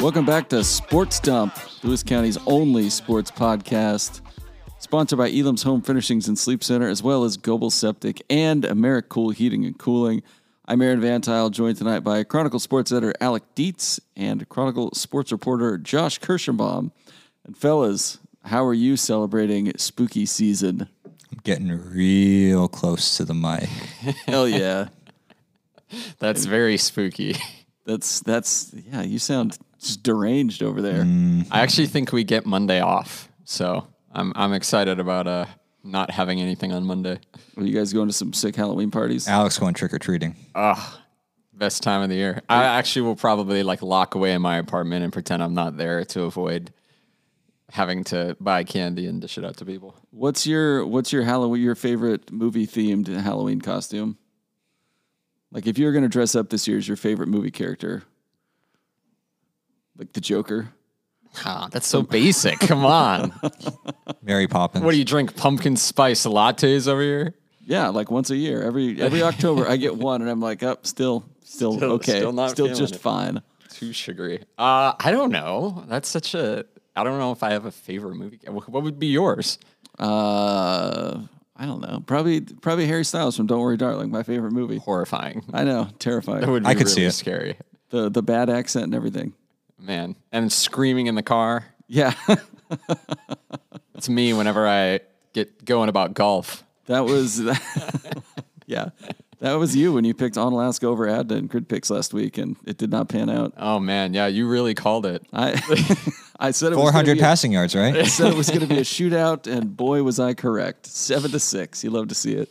Welcome back to Sports Dump, Lewis County's only sports podcast, sponsored by Elam's Home Furnishings and Sleep Center, as well as Goebel Septic and AmeriCool Heating and Cooling. I'm Aaron Van Tile, joined tonight by Chronicle sports editor Alec Dietz and Chronicle sports reporter Josh Kirschenbaum. And fellas, how are you celebrating spooky season? I'm getting real close to the mic. Hell yeah. That's very spooky. That's that's yeah, you sound just deranged over there. I actually think we get Monday off, so I'm I'm excited about uh not having anything on Monday. Are you guys going to some sick Halloween parties? Alex going trick or treating. Best time of the year. I actually will probably like lock away in my apartment and pretend I'm not there to avoid having to buy candy and dish it out to people. What's your what's your Halloween your favorite movie themed Halloween costume? Like if you're gonna dress up this year as your favorite movie character, like the Joker. Ah, that's so basic. Come on. Mary Poppins. What do you drink? Pumpkin spice lattes over here? Yeah, like once a year, every every October I get one, and I'm like, up, still, still, Still- okay, still, still not feeling just it. fine. Too sugary. Uh, I don't know. That's such a. I don't know if I have a favorite movie. Wh- What would be yours? Uh, I don't know, probably probably Harry Styles from Don't Worry, Darling, my favorite movie. Horrifying. I know, terrifying. That would be I could really see it. scary. the the bad accent and everything. Man. And screaming in the car. Yeah, It's me whenever I get going about golf. that was yeah, that was you when you picked On Alaska over Adna in grid picks last week, and it did not pan out. Oh man, yeah, you really called it. I I said it was Four gonna hundred be a- passing yards, right? said it was going to be a shootout, and boy, was I correct. Seven to six. You love to see it.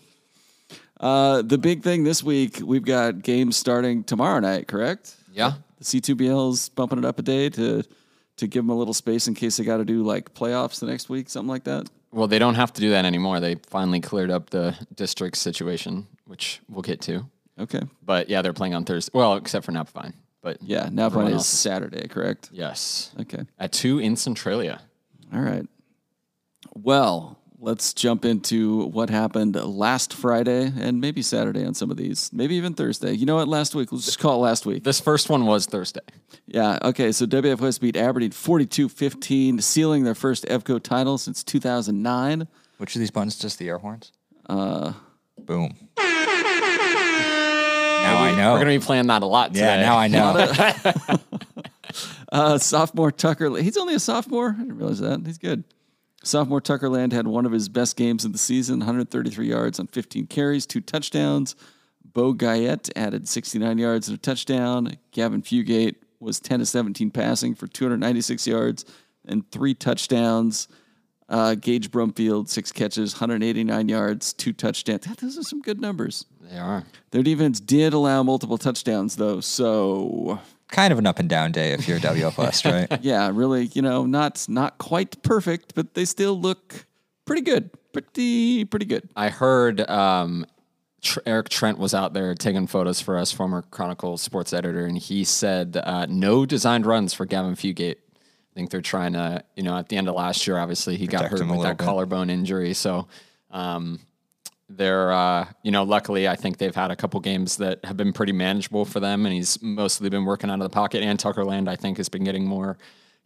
Uh, the big thing this week, we've got games starting tomorrow night, correct? Yeah. The C2BL's bumping it up a day to to give them a little space in case they got to do like playoffs the next week, something like that. Well, they don't have to do that anymore. They finally cleared up the district situation, which we'll get to. Okay. But yeah, they're playing on Thursday. Well, except for Napvine. But Yeah. Now Everyone playing is else. Saturday, correct? yes, Okay. at two in Centralia. All right. Well, let's jump into what happened last Friday and maybe Saturday on some of these, maybe even Thursday. You know what? Last week, let's just call it last week. This first one was Thursday. Yeah. Okay. So WF West beat Aberdeen 42 15, sealing their first EVCO title since 2009. Which of these buttons just the air horns? Uh, boom. now I know. We're gonna be playing that a lot today. yeah, now I know. Uh, sophomore Tucker, he's only a sophomore. I didn't realize that. He's good. Sophomore Tucker Land had one of his best games of the season 133 yards on 15 carries, two touchdowns. Bo Guyette added 69 yards and a touchdown. Gavin Fugate was 10 to 17 passing for 296 yards and three touchdowns. Uh, Gage Brumfield, six catches, 189 yards, two touchdowns. God, those are some good numbers. They are. Their defense did allow multiple touchdowns, though. So, kind of an up and down day if you're WFS, right? yeah, really, you know, not not quite perfect, but they still look pretty good, pretty pretty good. I heard um, Tr- Eric Trent was out there taking photos for us, former Chronicle sports editor, and he said uh, no designed runs for Gavin Fugate. I think they're trying to, you know, at the end of last year, obviously he got Protect hurt him a with little that bit. collarbone injury. So um, they're, uh, you know, luckily I think they've had a couple games that have been pretty manageable for them, and he's mostly been working out of the pocket. And Tucker Land, I think, has been getting more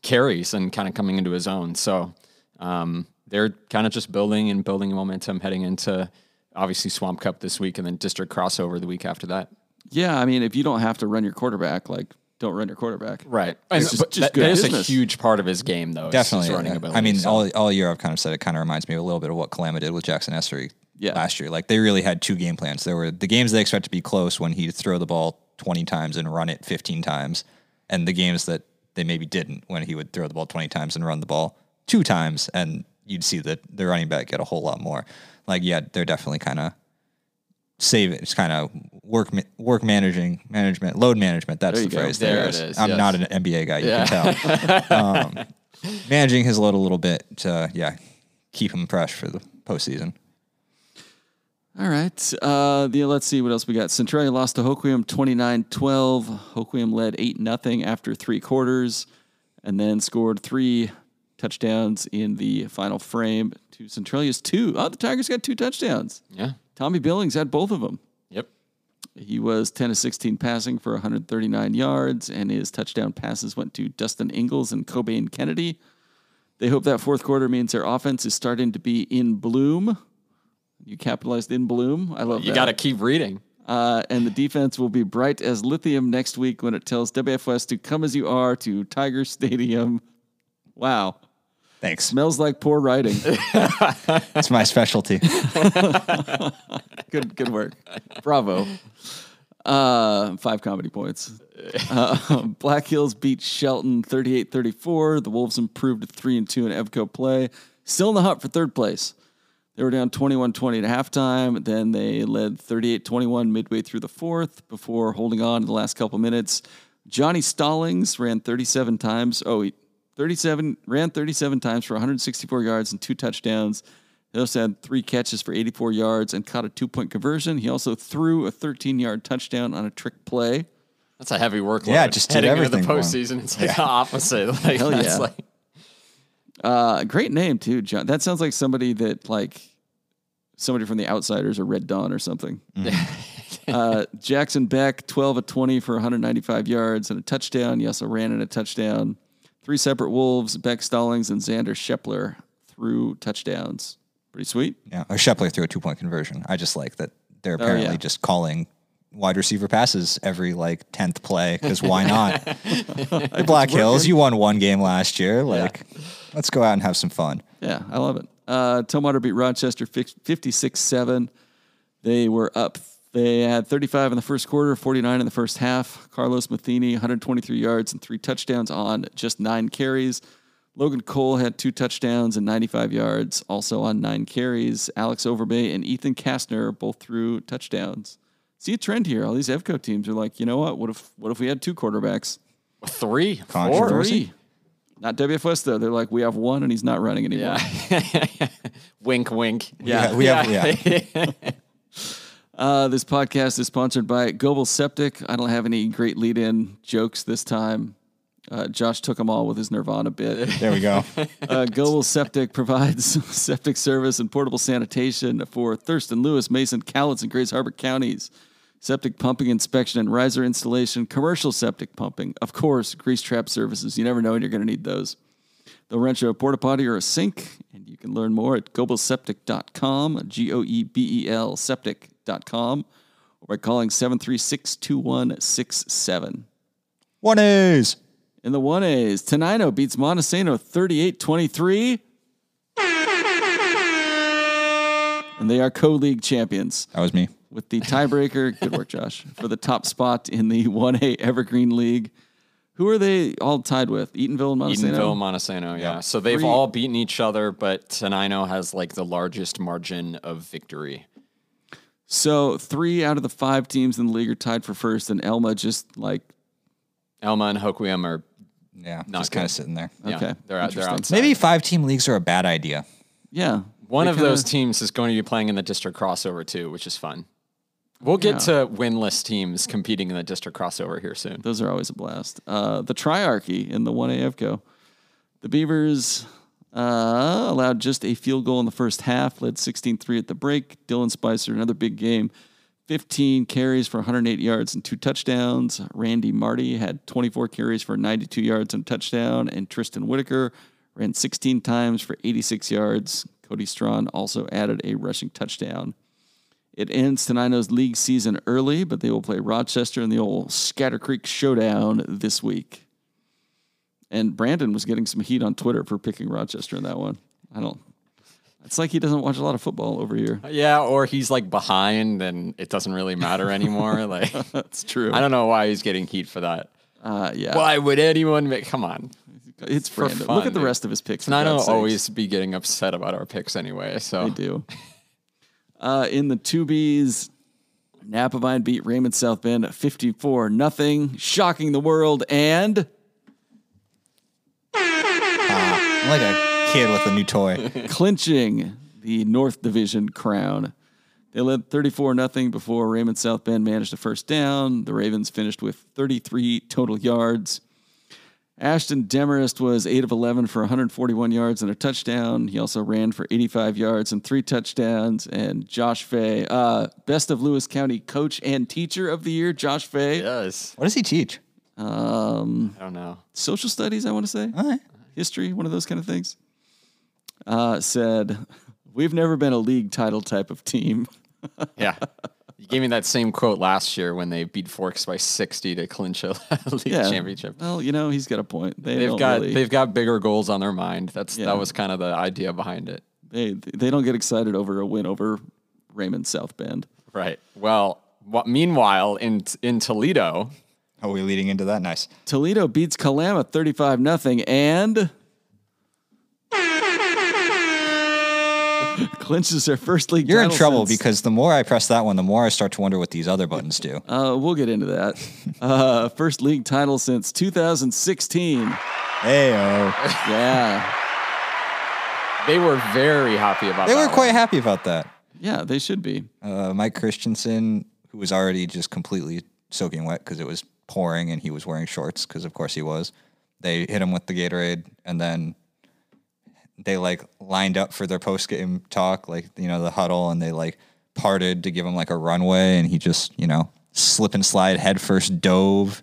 carries and kind of coming into his own. So um, they're kind of just building and building momentum heading into obviously Swamp Cup this week and then district crossover the week after that. Yeah, I mean, if you don't have to run your quarterback, like don't run your quarterback. Right. And just- but just that- good that is a business. huge part of his game, though. is his Definitely. running yeah. ability. I mean, So- all, all year I've kind of said it kind of reminds me a little bit of what Kalama did with Jackson Estery Yeah. last year. Like they really had two game plans. There were the games they expect to be close when he'd throw the ball 20 times and run it 15 times, and the games that they maybe didn't when he would throw the ball 20 times and run the ball two times, and you'd see that the running back get a whole lot more. Like, yeah, they're definitely kind of save it. It's kind of work ma- work managing management load management. That's There the you go. phrase. There it is. is, I'm yes. not an NBA guy. You can tell. um, managing his load a little bit to yeah keep him fresh for the postseason. All right. Uh, the let's see what else we got. Centralia lost to Hoquiam 29-12. Hoquiam led 8 nothing after 3 quarters and then scored 3 touchdowns in the final frame to Centralia's 2. Oh, the Tigers got 2 touchdowns. yeah. Tommy Billings had both of them. Yep. He was 10 of 16 passing for 139 yards, and his touchdown passes went to Dustin Ingles and Cobain Kennedy. They hope that fourth quarter means their offense is starting to be in bloom. You capitalized in bloom. I love You that. got to keep reading. Uh, and the defense will be bright as lithium next week when it tells WFS to come as you are to Tiger Stadium. Wow. Thanks. Smells like poor writing. That's my specialty. good good work. Bravo. Uh, five comedy points. Uh, Black Hills beat Shelton 38 34. The Wolves improved to 3 and 2 in Evco play. Still in the hunt for third place. They were down 21 20 at halftime. Then they led 38 21 midway through the fourth before holding on in the last couple minutes. Johnny Stallings ran 37 times. Oh, he 37 ran 37 times for 164 yards and two touchdowns. He also had three catches for 84 yards and caught a two point conversion. He also threw a 13 yard touchdown on a trick play. That's a heavy workload. Yeah, just did heading into everything the wrong. postseason. It's like the opposite. Like, Hell that's yeah. like Uh, great name too, John. That sounds like somebody that like somebody from the Outsiders or Red Dawn or something. uh, Jackson Beck, twelve of twenty for 195 yards and a touchdown. He also ran in a touchdown. Three separate Wolves: Beck, Stallings, and Xander Shepler threw touchdowns. Pretty sweet. Yeah, or Shepler threw a two point conversion. I just like that they're Oh, apparently yeah. just calling wide receiver passes every like tenth play because why not? You're Black Hills, you won one game last year. Like, let's go out and have some fun. Yeah, I love it. Uh, Tumwater beat Rochester 56 7. They were up. They had 35 in the first quarter, 49 in the first half. Carlos Matheny, 123 yards and three touchdowns on just nine carries. Logan Cole had two touchdowns and 95 yards, also on nine carries. Alex Overbay and Ethan Kastner both threw touchdowns. See a trend here. All these Evco teams are like, you know what? What if what if we had two quarterbacks? three, four. Controversy. Three. Not WFS though. They're like, we have one and he's not running anymore. Yeah. wink, wink. Yeah, we have yeah. Uh, this podcast is sponsored by Global Septic. I don't have any great lead in jokes this time. Uh, Josh took them all with his Nirvana bit. There we go. Uh, Global Septic provides septic service and portable sanitation for Thurston, Lewis, Mason, Cowlitz, and Grays Harbor counties. Septic pumping inspection and riser installation, commercial septic pumping, of course, grease trap services. You never know when you're going to need those. They'll rent you a porta potty or a sink, and you can learn more at gobalseptic.com, G O E B E L septic.com, or by calling 736 2167. One is In the 1As, Tenino beats Montesano 38 23. And they are co league champions that was me. with the tiebreaker. good work, Josh. For the top spot in the 1A Evergreen League. Who are they all tied with? Eatonville and Montesano? Edenville, Montesano, yeah. So they've Three- all beaten each other, but Tenino has like the largest margin of victory. So three out of the five teams in the league are tied for first, and Elma just like, Elma and Hoquiam are Yeah, Not just kind good. of sitting there. yeah, Okay, they're out they're interesting. outside. Maybe five team leagues are a bad idea. yeah. One They of kinda- those teams is going to be playing in the district crossover too, which is fun. We'll get to winless teams competing in the district crossover here soon. Those are always a blast. Uh, the Triarchy in the 1AFCO. The Beavers uh, allowed just a field goal in the first half, led 16 3 at the break. Dylan Spicer, another big game, 15 carries for 108 yards and two touchdowns. Randy Marty had 24 carries for 92 yards and a touchdown. And Tristan Whitaker ran 16 times for 86 yards. Cody Strawn also added a rushing touchdown. It ends Tenino's league season early, but they will play Rochester in the old Scatter Creek Showdown this week. And Brandon was getting some heat on Twitter for picking Rochester in that one. I don't. It's like he doesn't watch a lot of football over here. Yeah, or he's like behind and it doesn't really matter anymore. like That's true. I don't know why he's getting heat for that. Uh, yeah, Why would anyone make come on? it's for Brandon. fun, Look at the dude. rest of his picks. for And I God's don't sakes. always be getting upset about our picks anyway. So They do. Uh, in the two Bs, Napavine beat Raymond South Bend 54 nothing, shocking the world. And I'm like a kid with a new toy. clinching the North Division crown. They led 34 0 before Raymond South Bend managed a first down. The Ravens finished with 33 total yards. Ashton Demarest was 8 of 11 for 141 yards and a touchdown. He also ran for 85 yards and three touchdowns. And Josh Fay, uh, best of Lewis County coach and teacher of the year, Josh Fay. Yes. What does he teach? I don't know. Social studies, I want to say. All right. history, one of those kind of things, uh, said, We've never been a league title type of team. Yeah. You gave me that same quote last year when they beat Forks by 60 to clinch a league Yeah. championship. Well, you know, he's got a point. They They've don't got really- they've got bigger goals on their mind. That's Yeah. that was kind of the idea behind it. they, they don't get excited over a win over Raymond South Bend. Right. Well, wha- meanwhile in in Toledo, Are we Oh, leading into that? Nice. Toledo beats Kalama 35 nothing and clinches their first league You're in title trouble since- because the more I press that one, the more I start to wonder what these other buttons do. uh, we'll get into that. Uh, first league title since 2016. Ayo. Yeah. they were very happy about They that were one. quite happy about that. Yeah, they should be. Uh, Mike Christensen, who was already just completely soaking wet because it was pouring and he was wearing shorts because, of course, he was. They hit him with the Gatorade and then they like lined up for their post game talk, like, you know, the huddle, and they like parted to give him like a runway. And he just, you know, slip and slide headfirst dove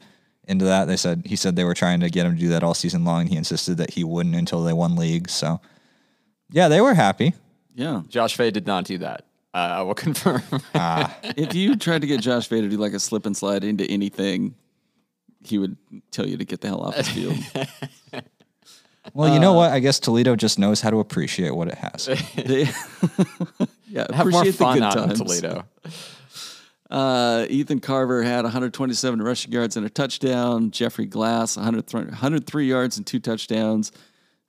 into that. They said, he said they were trying to get him to do that all season long. And he insisted that he wouldn't until they won league. So, yeah, they were happy. Yeah. Josh Fay did not do that. Uh, I will confirm. If you tried to get Josh Fay to do like a slip and slide into anything, he would tell you to get the hell off his field. Well, you Uh, know what? I guess Toledo just knows how to appreciate what it has. They- yeah, Have more appreciate the fun good out times. in Toledo. Uh, Ethan Carver had 127 rushing yards and a touchdown. Jeffrey Glass 103, 103 yards and two touchdowns.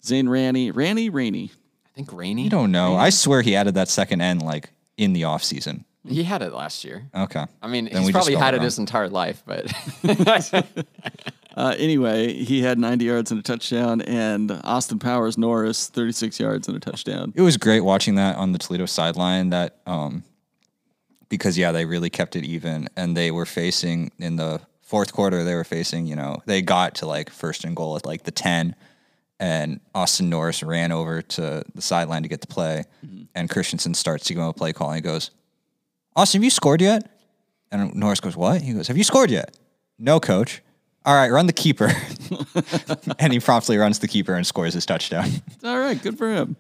Zane Ranny, Ranny Rainey. I think Rainey. You don't know. I swear he added that second N like in the off season. He had it last year. Okay. I mean, Then he's we just probably spelled had it wrong. his entire life, but Uh, anyway, he had 90 yards and a touchdown, and Austin Powers Norris 36 yards and a touchdown. It was great watching that on the Toledo sideline. That um, because yeah, they really kept it even, and they were facing in the fourth quarter. They were facing, you know, they got to like first and goal at like the ten, and Austin Norris ran over to the sideline to get the play, and Christensen starts to give him a play call and he goes, Austin, have you scored yet? And Norris goes, What? He goes, Have you scored yet? No, coach. All right, run the keeper. and he promptly runs the keeper and scores his touchdown. All right, good for him.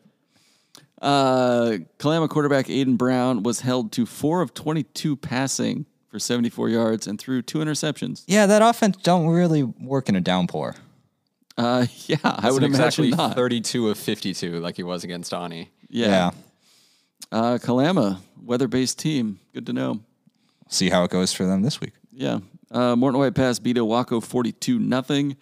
Uh, Kalama quarterback Aiden Brown was held to four of 22 passing for 74 yards and threw two interceptions. Yeah, that offense don't really work in a downpour. Uh, yeah, I would exactly imagine not. 32 of 52 like he was against Donnie. yeah. Uh, Kalama, weather based team. Good to know. See how it goes for them this week. Yeah. Uh, Morton White Pass beat Owako 42 nothing.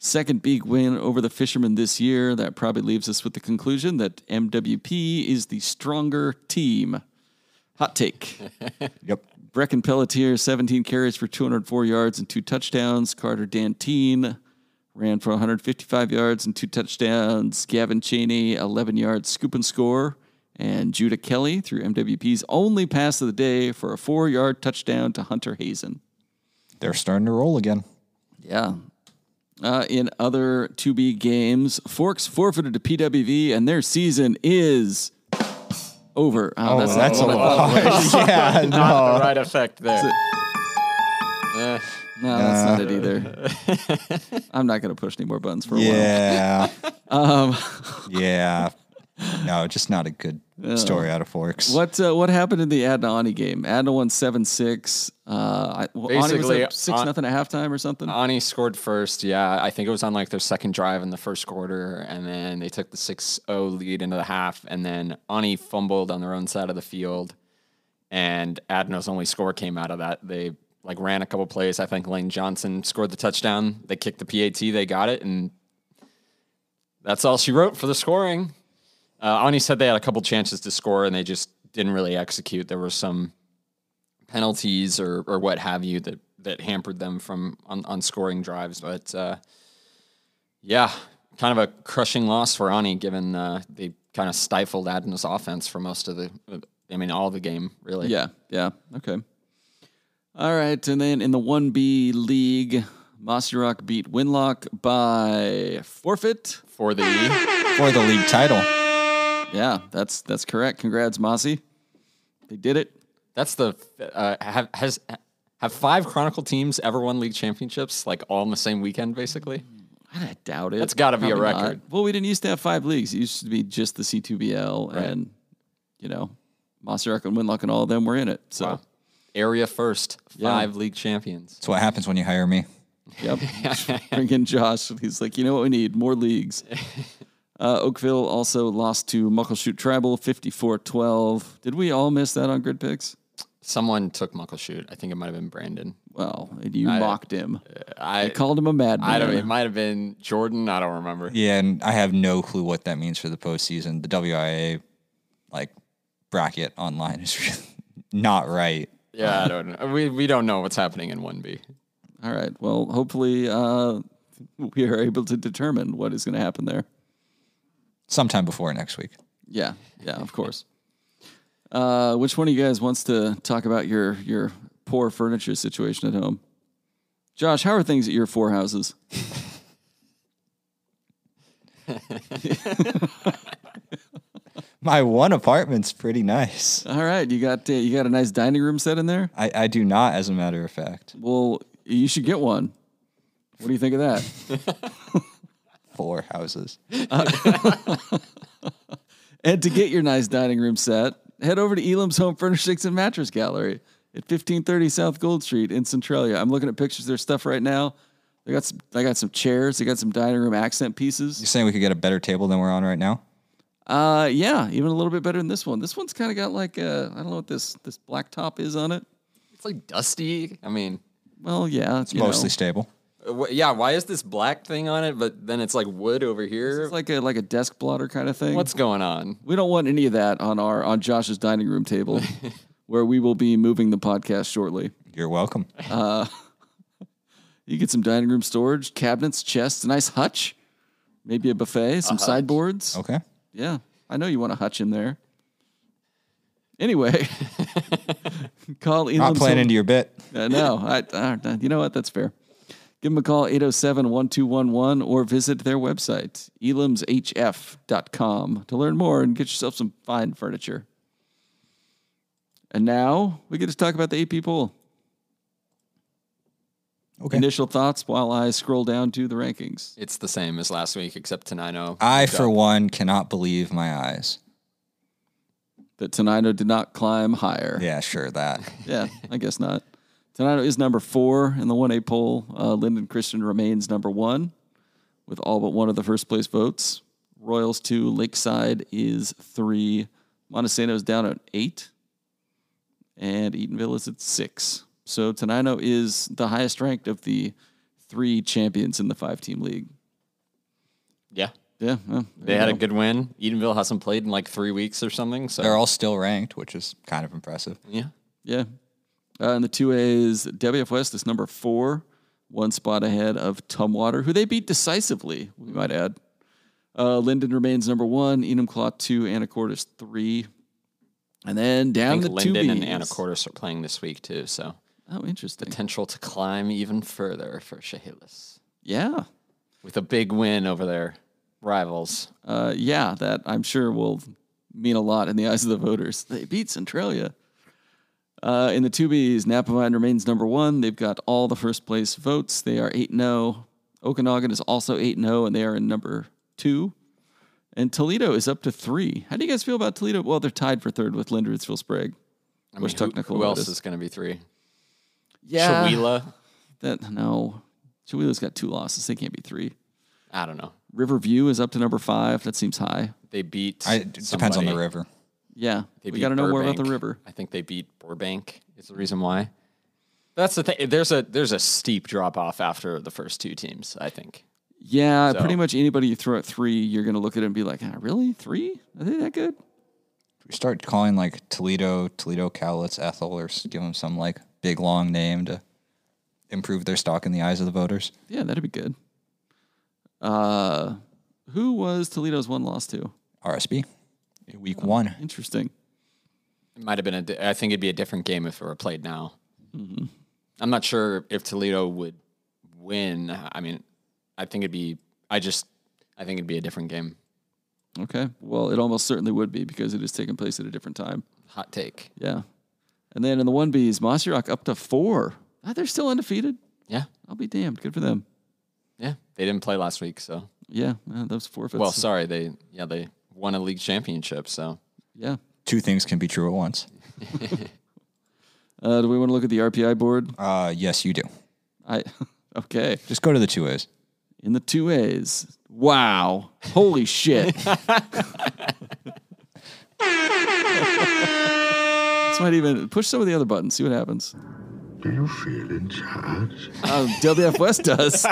Second big win over the Fishermen this year. That probably leaves us with the conclusion that MWP is the stronger team. Hot take. Yep. Brecken Pelletier, 17 carries for 204 yards and two touchdowns. Carter Dantine ran for 155 yards and two touchdowns. Gavin Cheney, 11 yards scoop and score. And Judah Kelly through MWP's only pass of the day for a four yard touchdown to Hunter Hazen. They're starting to roll again. Yeah. Uh, in other 2B games, Forks forfeited to PWV and their season is over. Oh, that's not- that's a lot. yeah, Oh. no. The right effect there. No, that's not it either. I'm not going to push any more buttons for a while. Yeah. yeah. No, just not a good story out of Forks. What uh, what happened in the Adna Ani game? Adna won seven six. Uh, I, well, Ani was Basically, uh, up six An- nothing at halftime or something. Ani scored first. Yeah, I think it was on like their second drive in the first quarter. And then they took the 6 0 lead into the half. And then Ani fumbled on their own side of the field. And Adno's only score came out of that. They like ran a couple plays. I think Lane Johnson scored the touchdown. They kicked the PAT. They got it. And that's all she wrote for the scoring. Uh, Ani said they had a couple chances to score and they just didn't really execute. There were some penalties or, or what have you that, that hampered them from on, on scoring drives. But uh, yeah, kind of a crushing loss for Ani given uh, they kind of stifled Adam's offense for most of the, I mean, all the game, really. Yeah, yeah, okay. All right, and then in the one B league, Masirak beat Winlock by forfeit. for the for the league title. Yeah, that's that's correct. Congrats, Mossy. They did it. that's the uh, have has have five Chronicle teams ever won league championships like all in the same weekend basically. I doubt it. That's gotta be a Probably record. not. Well, we didn't used to have five leagues. It used to be just the C2BL, and you know, Masirak and Winlock and all of them were in it. So, Wow. Area first, five league champions. That's what happens when you hire me. yep. Bring in Josh. He's like, you know what we need? More leagues. Uh, Oakville also lost to Muckleshoot Tribal 54-12. Did we all miss that on grid picks? Someone took Muckleshoot. I think it might have been Brandon. Well, you mocked him. I Called him a madman. uh, I don't. It might have been Jordan. I don't remember. Yeah, and I have no clue what that means for the postseason. The WIA like bracket online is really not right. Yeah, I don't know. We we don't know what's happening in one B. All right. Well, hopefully uh, we are able to determine what is going to happen there. Sometime before next week. Yeah. Yeah. Of course. Uh, which one of you guys wants to talk about your your poor furniture situation at home? Josh, how are things at your four houses? My one apartment's pretty nice. All right, you got uh, you got a nice dining room set in there. I, I do not, as a matter of fact. Well, you should get one. What do you think of that? Four houses. and to get your nice dining room set, head over to Elam's Home Furnishings and Mattress Gallery at 1530 South Gold Street in Centralia. I'm looking at pictures of their stuff right now. They got some, they got some chairs. They got some dining room accent You're pieces. saying we could get a better table than we're on right now? Uh, yeah, even a little bit better than this one. This one's kind of got like uh, I I don't know what this this black top is on it. It's like dusty. I mean, Well, yeah, it's Mostly stable. uh, wh- yeah. Why is this black thing on it? But then it's like wood over here. it's like a like a desk blotter kind of thing. what's going on? we don't want any of that on our on Josh's dining room table, where we will be moving the podcast shortly. You're welcome. You get some dining room storage, cabinets, chests, a nice hutch, maybe a buffet, some sideboards. Okay. Yeah, I know you want a hutch in there. Anyway, call Elam's Not playing Home- into your bit. Uh, no, I, I- you know what? That's fair. Give them a call, 807 1211, or visit their website, elamshf.com, to learn more and get yourself some fine furniture. And now we get to talk about the AP poll. Okay. Initial thoughts while I scroll down to the rankings. It's the same as last week, except oh. Tenino. I, for one, cannot believe my eyes. That Tenino did not climb higher. Yeah, sure, that. yeah, I guess not. Tonight is number four in the 1A poll. Uh, Lyndon Christian remains number one with all but one of the first place votes. Royals two, Lakeside is three. Montesano's down at eight. And Eatonville is at six. So Tenino is the highest ranked of the three champions in the five team league. yeah, Yeah. well, they had a good win. Edenville hasn't played in like three weeks or something. So They're all still ranked, which is kind of impressive. yeah, Yeah. Uh, and the two A's, WF West is number four, one spot ahead of Tumwater, who they beat decisively, we might add. Uh, Linden remains number one, Enumclaw two, Anacortes three. And then I down think the Linden two and Bs. Anacortes are playing this week too. So Oh, interesting. potential to climb even further for Chehalis Yeah. with a big win over their rivals. Uh, yeah, that I'm sure will mean a lot in the eyes of the voters. They beat Centralia. Uh, in the 2Bs, Napavine remains number one. They've got all the first place votes. They are 8 0. Okanagan is also 8 0, and they are in number two. And Toledo is up to three. How do you guys feel about Toledo? Well, they're tied for third with Lindridsville Sprague. I mean, Which who- technical Who, else notice? is going to be three? Yeah. Shawila? That, no. Chihuahua's got two losses. They can't be three. I don't know. Riverview is out to number five. That seems high. They beat. I, it depends on the somebody. river. Yeah. They we beat got to know more about the Burbank. river. I think they beat Burbank. Is the reason why. That's the thing. There's a there's a steep drop off after the first two teams. I think. Yeah, So- pretty much anybody you throw at three, you're going to look at it and be like, ah, really? Three? Are they that good? We start calling like Toledo, Toledo Cowlitz, Ethel, or s- give them some like big long name to improve their stock in the eyes of the voters. Yeah, that'd be good. Uh, who was Toledo's one loss to? RSB, week one. Interesting. It might have been a. di- I Mm-hmm. think it'd be a different game if it were played now. I'm not sure if Toledo would win, I mean, I think it'd be. I just. I think it'd be a different game. Okay. Well, it almost certainly would be because it is taking place at a different time. Hot take. Yeah. And then in the 1Bs, Masirak up to four. Ah, they're still undefeated. Yeah. I'll be damned. Good for them. Yeah. They didn't play last week, so. Yeah. yeah those forfeits. well, sorry. They. Yeah. They won a league championship, so. yeah. Two things can be true at once. Uh, do we want to look at the RPI board? Uh, yes, you do. I Okay. Just go to the two A's. In the 2As. Wow. Holy shit. this might even push some of the other buttons, see what happens. Do you feel in charge? Um, WF West does.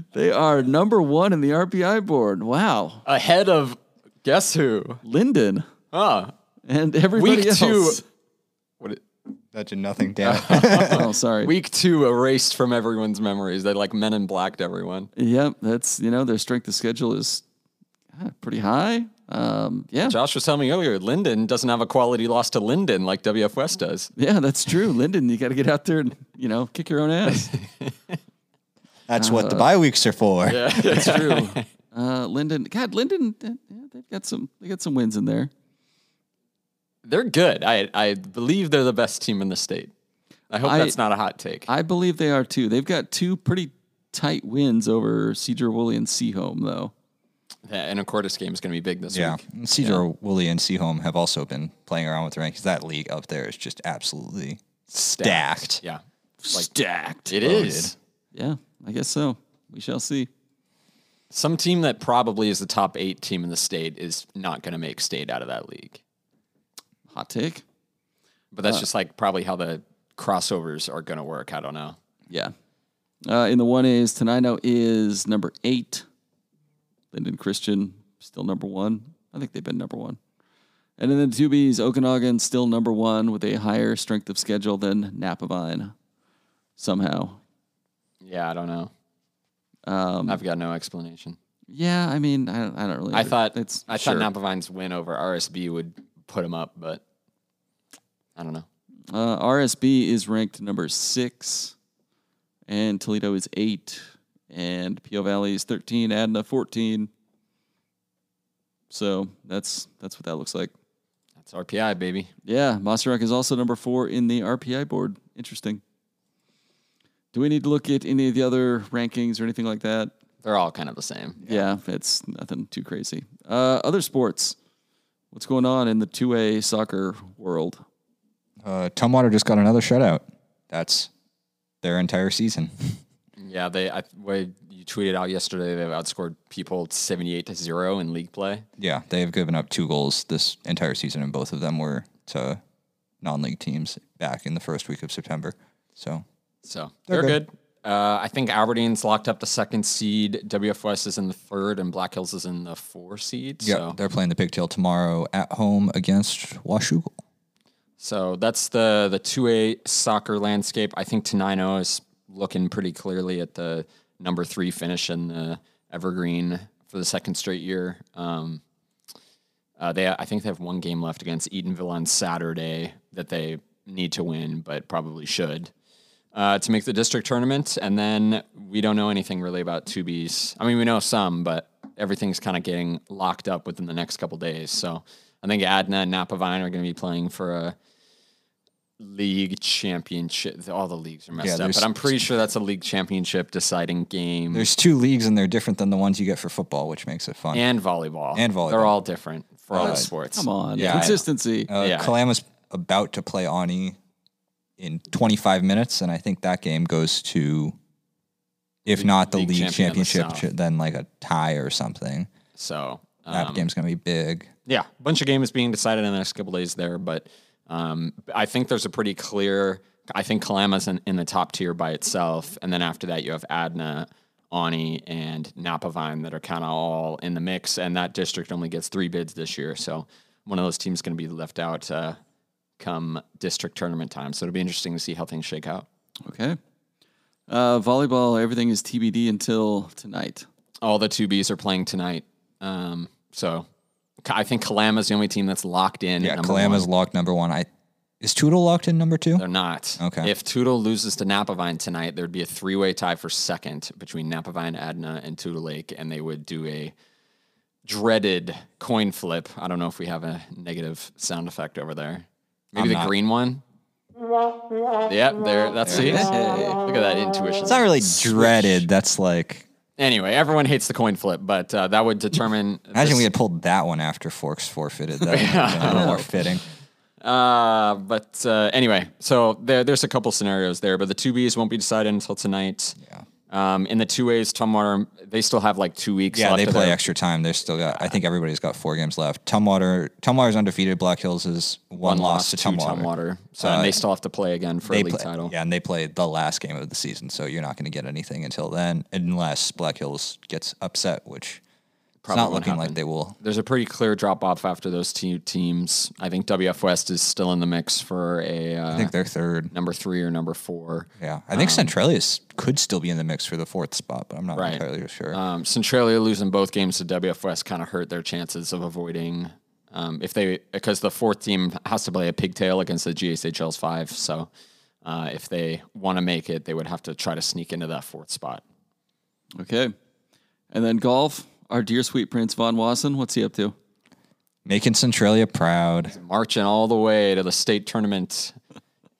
they are number one in the RPI board. Wow. Ahead of guess who? Linden Oh, and everybody week else. two. What? it- That did nothing, Dan. Oh, sorry. Week two erased from everyone's memories. They like men in blacked everyone. yep, that's, you know, their strength of schedule is uh, pretty high. Um, yeah. Josh was telling me earlier, Linden doesn't have a quality loss to Linden like WF West does. Yeah, that's true. Linden, you got to get out there and, you know, kick your own ass. That's what the Uh, bye weeks are for. That's true. Uh, Linden, God, Linden, uh, yeah, they've got some, they got some wins in there. They're good. I, I believe they're the best team in the state. I hope I- that's not a hot take. I believe they are too. They've got two pretty tight wins over Cedar Woolley and Seaholm, though. That Anacortes game is going to be big this Yeah. week. Cedar Woolley and Seaholm have also been playing around with rankings. That league up there is just absolutely stacked. Yeah. Stacked. It is. Yeah, I guess so. We shall see. Some team that probably is the top eight team in the state is not going to make state out of that league. Hot take. But that's just like probably how the crossovers are going to work. I don't know. Yeah. Uh, in the one A's, Tenino is number eight. Linden Christian still number one. I think they've been number one. And then the two B's, Okanagan still number one with a higher strength of schedule than Napavine. Somehow, Yeah, I don't know. Um, I've got no explanation. yeah. I mean, I don't, I don't really. I thought it's I sure. thought Napavine's win over RSB would put him up, but I don't know. Uh, RSB is ranked number six, and Toledo is eight, and Pio Valley is thirteen, Adna fourteen. So that's that's what that looks like. That's RPI, baby. Yeah, Masaryk is also number four in the RPI board. Interesting. Do we need to look at any of the other rankings or anything like that? They're all kind of the same. Yeah, it's nothing too crazy. Uh, other sports. What's going on in the two A soccer world? Uh, Tumwater just got another shutout. That's their entire season. Yeah, they. I, way you tweeted out yesterday, they've outscored people seventy-eight to zero in league play. yeah, they've given up two goals this entire season, and both of them were to non-league teams back in the first week of September. So So they're, good. Uh, I think Albertine's locked up the second seed. WFS is in the third, and Black Hills is in the four seed. yeah, So, they're playing the Pigtail tomorrow at home against Washugal. so that's the the two A soccer landscape. I think Tenino is looking pretty clearly at the number three finish in the Evergreen for the second straight year. Um, uh, they I think they have one game left against Eatonville on Saturday that they need to win, but probably should. uh, to make the district tournament, and then we don't know anything really about two Bs. I mean, we know some, but everything's kind of getting locked up within the next couple days. So I think Adna and Napavine are going to be playing for a league championship. All the leagues are Yeah, messed up, there's- but I'm pretty sure that's a league championship deciding game There's two leagues, and they're different than the ones you get for football, which makes it fun. and volleyball. And volleyball. They're all different for all the sports. Come on, Yeah, I know. consistency. uh, yeah. Kalama's about to play Ani in 25 minutes, and I think that game goes to, if not the league league, champion of the championship, South. then like a tie or something. So um, That game's gonna be big. yeah, a bunch of games being decided in the next couple days there, but um, I think there's a pretty clear. I think Kalama's in, in the top tier by itself, and then after that you have Adna, Ani, and Napavine that are kind of all in the mix, and that district only gets three bids this year, so one of those teams going to be left out uh, come district tournament time. So it'll be interesting to see how things shake out. Okay. Uh, volleyball, everything is TBD until tonight. all the two Bs are playing tonight. Um, so Ka- I think Kalama's the only team that's locked in. at Yeah, number Kalama's one. locked number one. I Is Tootle locked in number two? They're not. Okay. If Tootle loses to Napavine tonight, there'd be a three way tie for second between Napavine, Adna, and Tootle Lake, and they would do a dreaded coin flip. I don't know if we have a negative sound effect over there. Maybe the not. green one. Yep, there. That's see. Look at that intuition. It's not really dreaded. That's like Anyway, everyone hates the coin flip, but uh, that would determine. imagine this- we had pulled that one after Forks forfeited. That would have been a little more fitting. Uh, but uh, anyway, so there, there's a couple scenarios there, but the two Bs won't be decided until tonight. Yeah. Um, in the two ways, Tumwater, they still have like two weeks. Yeah, left they of play their- extra time. They're still got. I think everybody's got four games left. Tumwater, Tumwater's undefeated. Black Hills is one, one loss, to Tumwater. So and they still have to play again for a They league play- title. Yeah, and they play the last game of the season, so you're not going to get anything until then, unless Black Hills gets upset, which Probably it's not won't looking like happen. they will. There's a pretty clear drop off after those two teams. I think WF West is still in the mix for a uh, I think they're third. number three or number four. Yeah, I think Centralia Centralia could still be in the mix for the fourth spot, but I'm not Right. entirely sure. Um, Centralia losing both games to WF West kind of hurt their chances of avoiding. Um, if they because the fourth team has to play a pigtail against the GSHL's five, so uh, if they want to make it, they would have to try to sneak into that fourth spot. Okay. And then golf, our dear sweet prince Von Wasson, what's he up to? Making Centralia proud. Marching all the way to the state tournament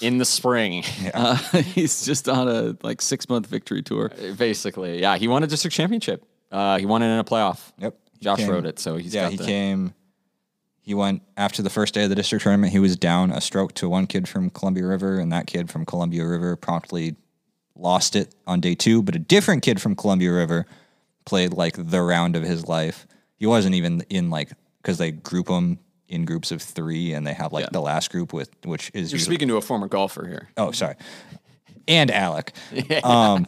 in the spring, Uh, he's just on a like six month victory tour. basically. Yeah, he won a district championship. Uh, he won it in a playoff. Yep. He Josh came- wrote it, so he's Yeah, got he the, came. He went after the first day of the district tournament. He was down a stroke to one kid from Columbia River, and that kid from Columbia River promptly lost it on day two. But a different kid from Columbia River played like the round of his life. He wasn't even in like because they group them in groups of three, and they have like the last group with which is You're usually speaking to a former golfer here. Oh, sorry. And Alec. Um,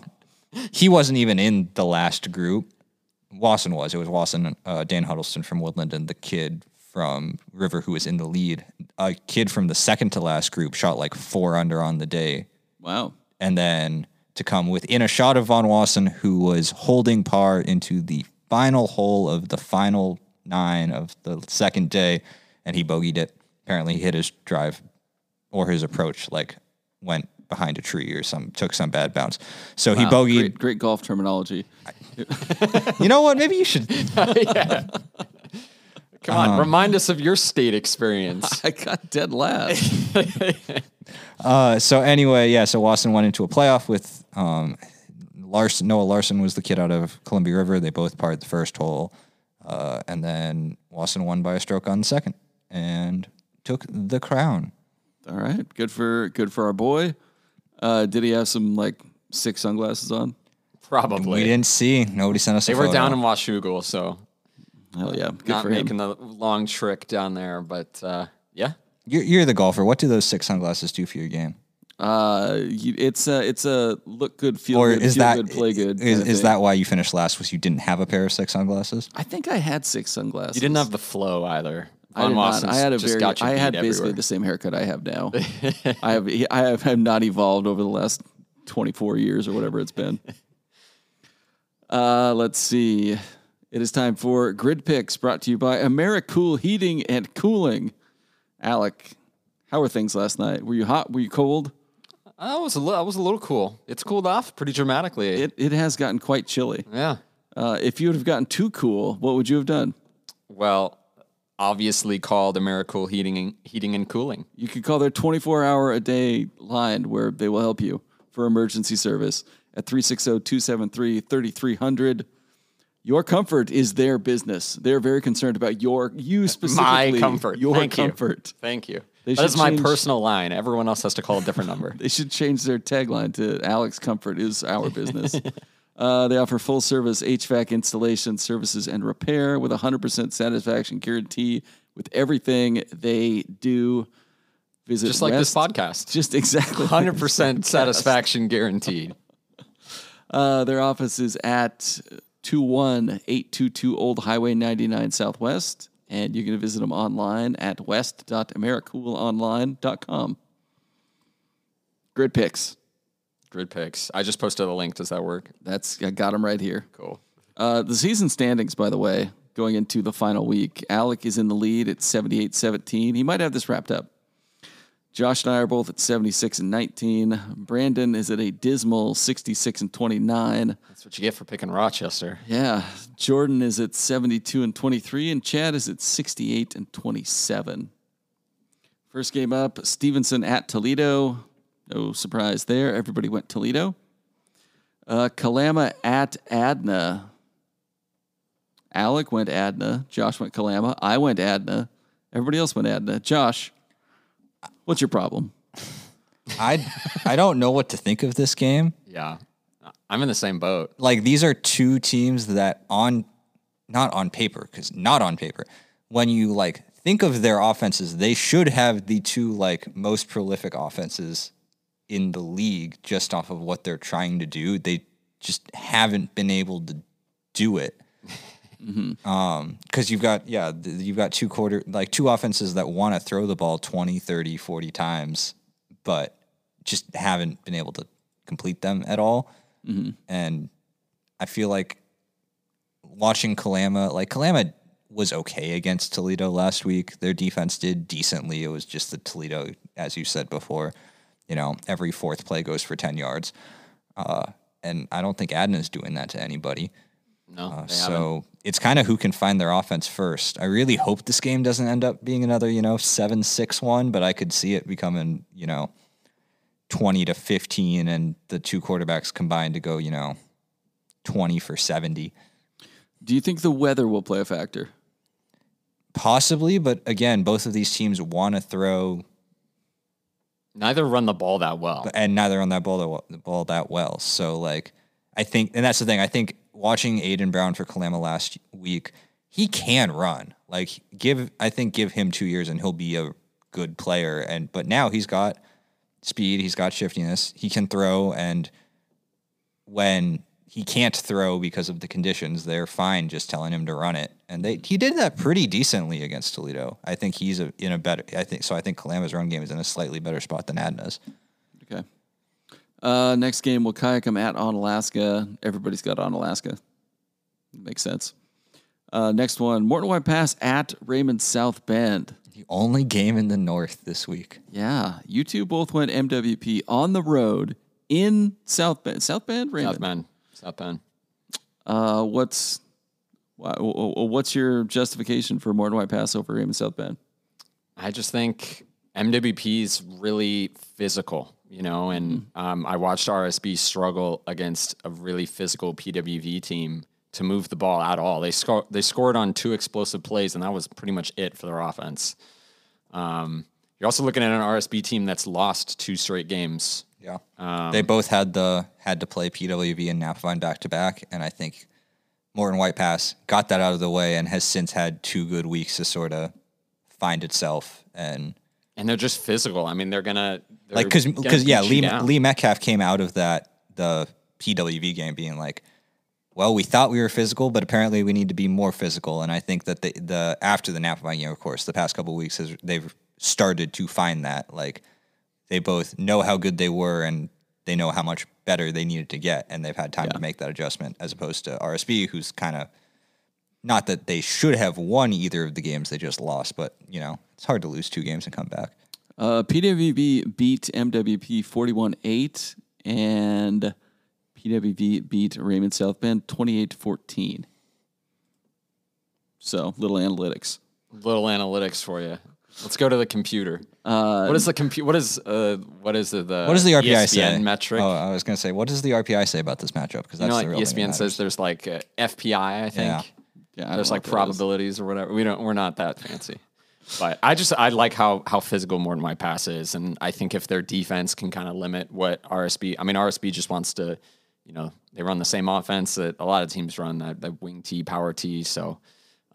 he wasn't even in the last group. Wasson was. It was Wasson, uh, Dan Huddleston from Woodland, and the kid from River who was in the lead. A kid from the second to last group shot like four under on the day. Wow. And then to come within a shot of Von Wasson, who was holding par into the final hole of the final nine of the second day, and he bogeyed it. Apparently, he hit his drive or his approach like went behind a tree or some took some bad bounce. So he Wow, bogeyed. Great, great golf terminology. You know what? Maybe you should. Come Uh-huh. on, remind us of your state experience. I got dead last. Uh, so anyway, yeah. So Wasson went into a playoff with um, Larson. Noah Larson was the kid out of Columbia River. They both parred the first hole, uh, and then Wasson won by a stroke on the second and took the crown. All right. Good for good for our boy. Uh, did he have some like sick sunglasses on? Probably. We didn't see. Nobody sent us. They a were photo. down in Washougal, so Hell yeah. Good not for him. making the long trick down there. But uh, yeah, You're, you're the golfer. What do those six sunglasses do for your game? Uh, you, it's a it's a look good, feel Or good, is feel that good, play good. Is, kinda is thing. that why you finished last? Was you didn't have a pair of six sunglasses? I think I had six sunglasses. you didn't have the flow either. I Von did not. Wasson's I had a just very. got you I had beat basically everywhere. the same haircut I have now. I have. I have. have not evolved over the last twenty four years or whatever it's been. Uh, let's see. It is time for grid picks, brought to you by AmeriCool Heating and Cooling. Alec, how were things last night? Were you hot? Were you cold? I Uh, was a little. I was a little cool. It's cooled off pretty dramatically. It it has gotten quite chilly. yeah. Uh, if you would have gotten too cool, what would you have done? Well, obviously called Americool Heating and, Heating and Cooling. You could call their 24 hour a day line where they will help you for emergency service at oh, 360 273 3300. Your comfort is their business. They're very concerned about your, you specifically. My comfort. Your Thank you. comfort. Thank you. They That should is my change- personal line. Everyone else has to call a different number. They should change their tagline to Alex Comfort is our business. uh, they offer full service HVAC installation services and repair with 100% satisfaction guarantee with everything they do. Visit Just like this West- podcast. Just exactly. like Hundred this percent podcast. satisfaction guaranteed. Uh, their office is at 21822 Old Highway 99 Southwest. And you can visit them online at west.americoolonline.com. Grid picks. Grid picks. I just posted a link. Does that work? That's I got them right here. Cool. Uh, the season standings, by the way, going into the final week, Alec is in the lead at 78 17. He might have this wrapped up. Josh and I are both at 76 and 19. Brandon is at a dismal 66 and 29. That's what you get for picking Rochester. Yeah. Jordan is at 72 and 23, and Chad is at 68 and 27. First game up Stevenson at Toledo. No surprise there. Everybody went Toledo. Uh, Kalama at Adna. Alec went Adna. Josh went Kalama. I went Adna. Everybody else went Adna. Josh, what's your problem? I I don't know what to think of this game. Yeah. I'm in the same boat. Like these are two teams that on not on paper cuz not on paper. When you like think of their offenses, they should have the two like most prolific offenses in the league just off of what they're trying to do. They just haven't been able to do it. Um, cuz you've got yeah, th- you've got two quarter like two offenses that want to throw the ball 20, 30, 40 times but just haven't been able to complete them at all. And I feel like watching Kalama, like Kalama was okay against Toledo last week. Their defense did decently. It was just the Toledo, as you said before, you know, every fourth play goes for 10 yards. Uh, and I don't think Adna's doing that to anybody. Uh, No. they haven't. So it's kind of who can find their offense first. I really hope this game doesn't end up being another, you know, 7 6 one, but I could see it becoming, you know, 20 to 15 and the two quarterbacks combined to go, you know, 20 for 70. Do you think the weather will play a factor? Possibly, but again, both of these teams want to throw neither run the ball that well. and neither on that ball that, well- the ball that well. So like, I think, and that's the thing. I think watching Aiden Brown for Kalama last week, he can run. Like, give I think give him two years and he'll be a good player. And but now he's got speed, he's got shiftiness, he can throw, and when he can't throw because of the conditions, they're fine just telling him to run it. And they he did that pretty decently against Toledo. I think he's a, in a better. I think so. I think Kalama's run game is in a slightly better spot than Adna's. Okay. Uh, next game, will Kayakum at on Alaska. Everybody's got on Alaska. Makes sense. Uh, next one, Morton White Pass at Raymond South Bend. The only game in the North this week. Yeah, you two both went MWP on the road in South Bend. South Bend, Raymond. South Bend. South Bend. Uh, what's why, wh- wh- what's your justification for Morton White Pass over Raymond South Bend? I just think MWP is really physical, you know, and Mm-hmm. um, I watched RSB struggle against a really physical PWV team to move the ball at all. They scored they scored on two explosive plays, and that was pretty much it for their offense. Um, you're also looking at an RSB team that's lost two straight games. Yeah. they both had the had to play PWV and Napvine back to back, and I think Morton White Pass got that out of the way and has since had two good weeks to sort of find itself and And they're just physical. I mean, they're gonna they're like because gonna because yeah, beat you Lee down. Lee Metcalf came out of that the PWV game being like, well, we thought we were physical, but apparently we need to be more physical. And I think that the the after the Napa game, of course, the past couple weeks has they've started to find that like they both know how good they were and they know how much better they needed to get, and they've had time to make that adjustment as opposed to RSB, who's kind of not that they should have won either of the games they just lost, but you know it's hard to lose two games and come back. Uh, PWV beat MWP 41 8, and PWV beat Raymond South Bend 28 14. So, little analytics. little analytics for you. Let's go to the computer. what is the compu- What is uh, what is the, the E What does the RPI ESPN say? metric? Oh, I was going to say, what does the RPI say about this matchup? Because that's you know, E the real thing like that ESPN says there's like uh, FPI, I think. Yeah. Yeah, I don't there's know what like that is. probabilities or whatever. We don't. We're not that fancy. But I just I like how how physical Morton White Pass is, and I think if their defense can kind of limit what RSB, I mean RSB just wants to, you know, they run the same offense that a lot of teams run that, that wing T power T. So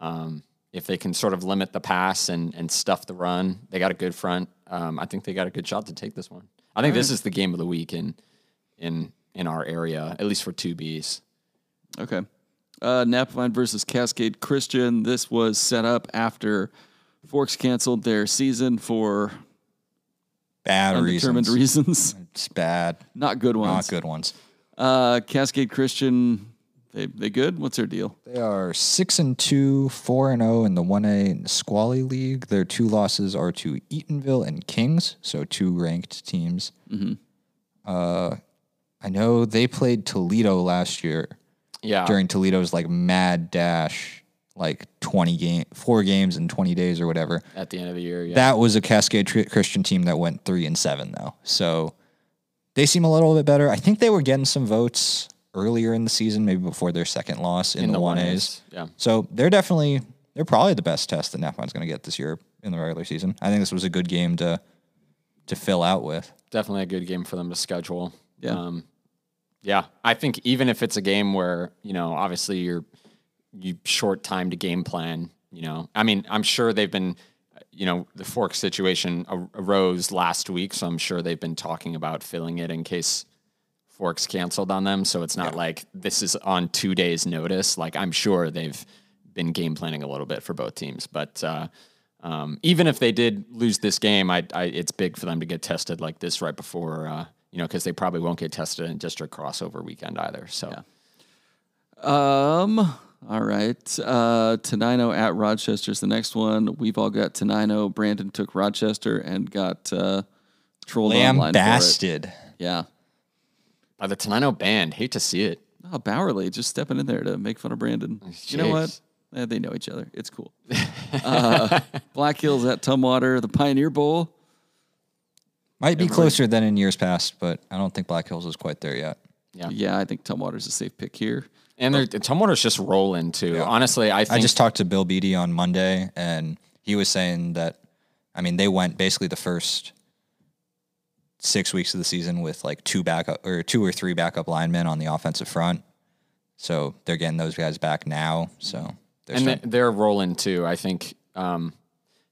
um, if they can sort of limit the pass and and stuff the run, they got a good front. Um, I think they got a good shot to take this one. I think this is the game of the week in in in our area, at least for two Bs. Okay. Uh, Napavine versus Cascade Christian. This was set up after Forks canceled their season for bad undetermined reasons. reasons. It's bad, Not good ones. not good ones. Uh, Cascade Christian They they good? What's their deal? They are six and two, four and zero in the one A and Squally League. Their two losses are to Eatonville and Kings, so two ranked teams. Mm-hmm. Uh, I know they played Toledo last year Yeah. during Toledo's like mad dash, like twenty game, four games in twenty days or whatever. at the end of the year, yeah. That was a Cascade Tr- Christian team that went three and seven though, so they seem a little bit better. I think they were getting some votes earlier in the season, maybe before their second loss in, the one A's. Yeah. So they're definitely they're probably the best test that Nafmon's going to get this year in the regular season. I think this was a good game to to fill out with. Definitely a good game for them to schedule. Yeah. Um, yeah. I think even if it's a game where, you know, obviously you're you short time to game plan, you know. I mean, I'm sure they've been you know, the fork situation ar- arose last week, so I'm sure they've been talking about filling it in case forks canceled on them. So it's not like this is on two days' notice. Like I'm sure they've been game planning a little bit for both teams. But uh, um, even if they did lose this game, I, I it's big for them to get tested like this right before. Uh, you know, because they probably won't get tested in district crossover weekend either. So Um. All right. Uh, Tenino at Rochester's the next one. We've all got Tenino. Brandon took Rochester and got uh, trolled online for Lambasted. it. Yeah. by the Tenino band, hate to see it. Oh, Bowerly just stepping in there to make fun of Brandon. You know what? Jeez. Eh, they know each other. It's cool. uh, Black Hills at Tumwater, the Pioneer Bowl. Might be closer than in years past, but I don't think Black Hills is quite there yet. Yeah, I think Tumwater's a safe pick here. And they're Tumwater's just rolling too. Honestly, I think I just talked to Bill Beatty on Monday, and he was saying that, I mean, they went basically the first six weeks of the season with like two backup or two or three backup linemen on the offensive front. So they're getting those guys back now. So they're and starting- th- they're rolling too. I think. Um,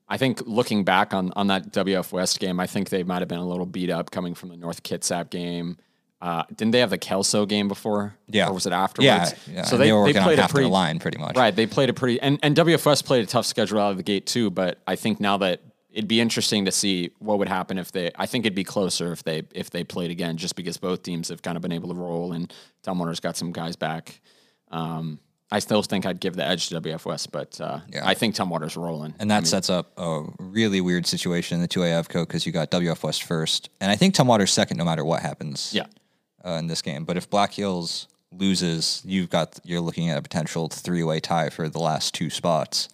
I think looking back on on that WF West game, I think they might have been a little beat up coming from the North Kitsap game. Uh, didn't they have the Kelso game before? Yeah. or was it afterwards? Yeah, yeah. So they, were they working played on a half pretty their line pretty much. right. They played a pretty and and WFS played a tough schedule out of the gate too. But I think now that it'd be interesting to see what would happen if they. I think it'd be closer if they if they played again, just because both teams have kind of been able to roll and Tom Warner's got some guys back. Um, I still think I'd give the edge to WFS, but uh, I think Tom Warner's rolling. And that sets up a really weird situation in the 2AF code because you got WF West first. And I think Tumwater's second no matter what happens Yeah. uh, in this game. But if Black Hills loses, you've got you're looking at a potential three-way tie for the last two spots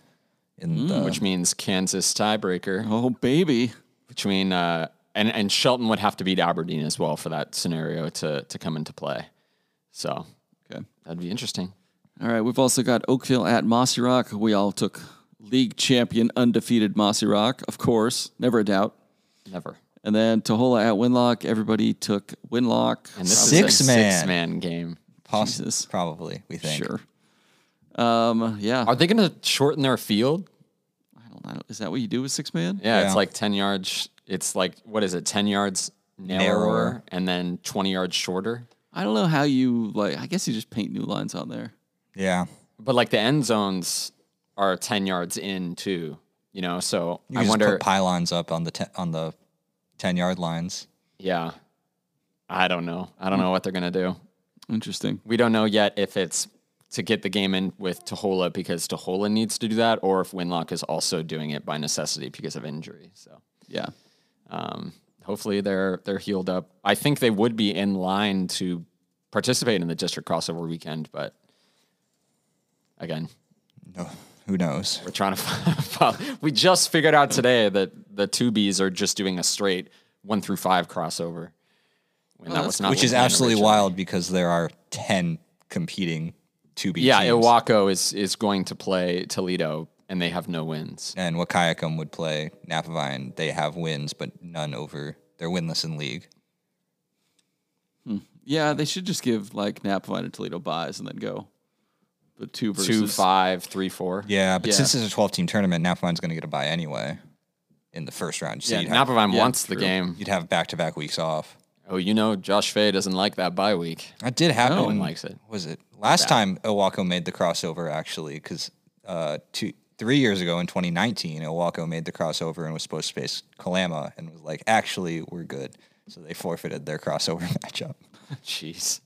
in the which means Kansas tiebreaker Oh, baby. between uh, and and Shelton would have to beat Aberdeen as well for that scenario to to come into play. So Okay. that'd be interesting. All right. We've also got Oakville at Mossy Rock. We all took league champion undefeated Mossy Rock, of course, never a doubt. Never. And then Tohola at Winlock. Everybody took Winlock. And this Six is a man. six man game. poss- Jesus. probably we think. sure. Um, yeah. Are they going to shorten their field? I don't know. Is that what you do with six man? Yeah, Yeah. it's like ten yards. It's like what is it? Ten yards narrower, Narrower. and then twenty yards shorter. I don't know how you like. I guess you just paint new lines on there. Yeah, But like the end zones are ten yards in too. You know, so you can I just wonder. put pylons up on the te- on the ten-yard lines. yeah, I don't know. I don't know what they're going to do. Interesting. We don't know yet if it's to get the game in with Tohola because Tohola needs to do that, or if Winlock is also doing it by necessity because of injury. So. Yeah. Um, hopefully they're they're healed up. I think they would be in line to participate in the district crossover weekend, but again, No, who knows? we're trying to. Find, we just figured out today that the two Bs are just doing a straight one through five crossover. When that was not Oh, Which the is plan absolutely originally. wild because there are ten competing two B Yeah, teams. Iwako is is going to play Toledo, and they have no wins. and Wakayakum would play Napavine. They have wins, but none over. They're winless in league. Yeah. They should just give like Napvine and Toledo buys and then go the two versus Two, five, three, four. Yeah, but Yeah. since it's a 12 team tournament, Napavine's going to get a bye anyway in the first round. So Yeah, you'd, have, Napavine yeah, wants the true. game. you'd have back-to-back weeks off. Oh, you know, Josh Fay doesn't like that bye week. That did happen. one likes it. Was it last time Owako made the crossover actually? Because uh, two, three years ago in 2019, Owako made the crossover and was supposed to face Kalama and was like, actually, we're good. So they forfeited their crossover matchup. Jeez.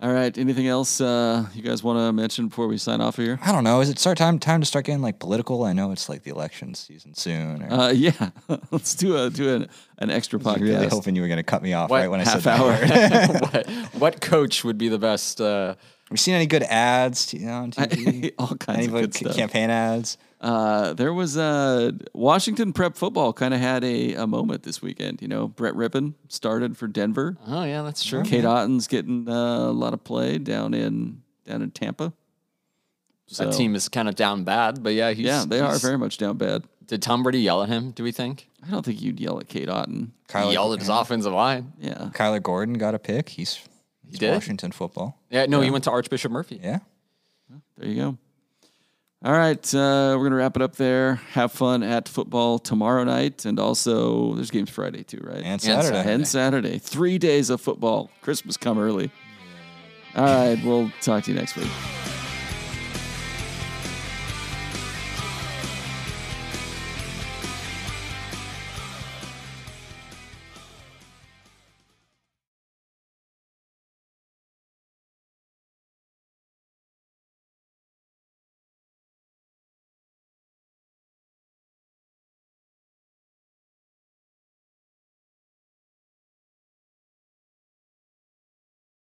All right. Anything else uh, you guys want to mention before we sign off here? I don't know. Is it start time time to start getting like political? I know it's like the election season soon. Or, Uh, yeah. Let's do a do an, an extra I podcast. was really hoping you were going to cut me off What? right when I Half said hour. that. Word. what, what coach would be the best? Uh, Have you seen any good ads to, you know, on TV? All kinds any of good good stuff. campaign ads? Uh, there was uh, Washington prep football kind of had a, a moment this weekend. You know, Brett Rippon started for Denver. oh yeah, that's true. Kate Otten's getting uh, a lot of play down in down in Tampa. That So- team is kind of down bad, but yeah, he's, Yeah, they are he's- very much down bad. Did Tom Brady yell at him? Do we think? I don't think you'd yell at Kate Otten. Kyler, he yelled at his offensive line. Yeah. Kyler Gordon got a pick. He's, he's did? Washington football. Yeah, no, he went to Archbishop Murphy. Yeah. There you go. All right, uh, we're gonna wrap it up there. Have fun at football tomorrow night, and also there's games Friday too, right? And Saturday. and Saturday, three days of football. Christmas come early. All right, we'll talk to you next week.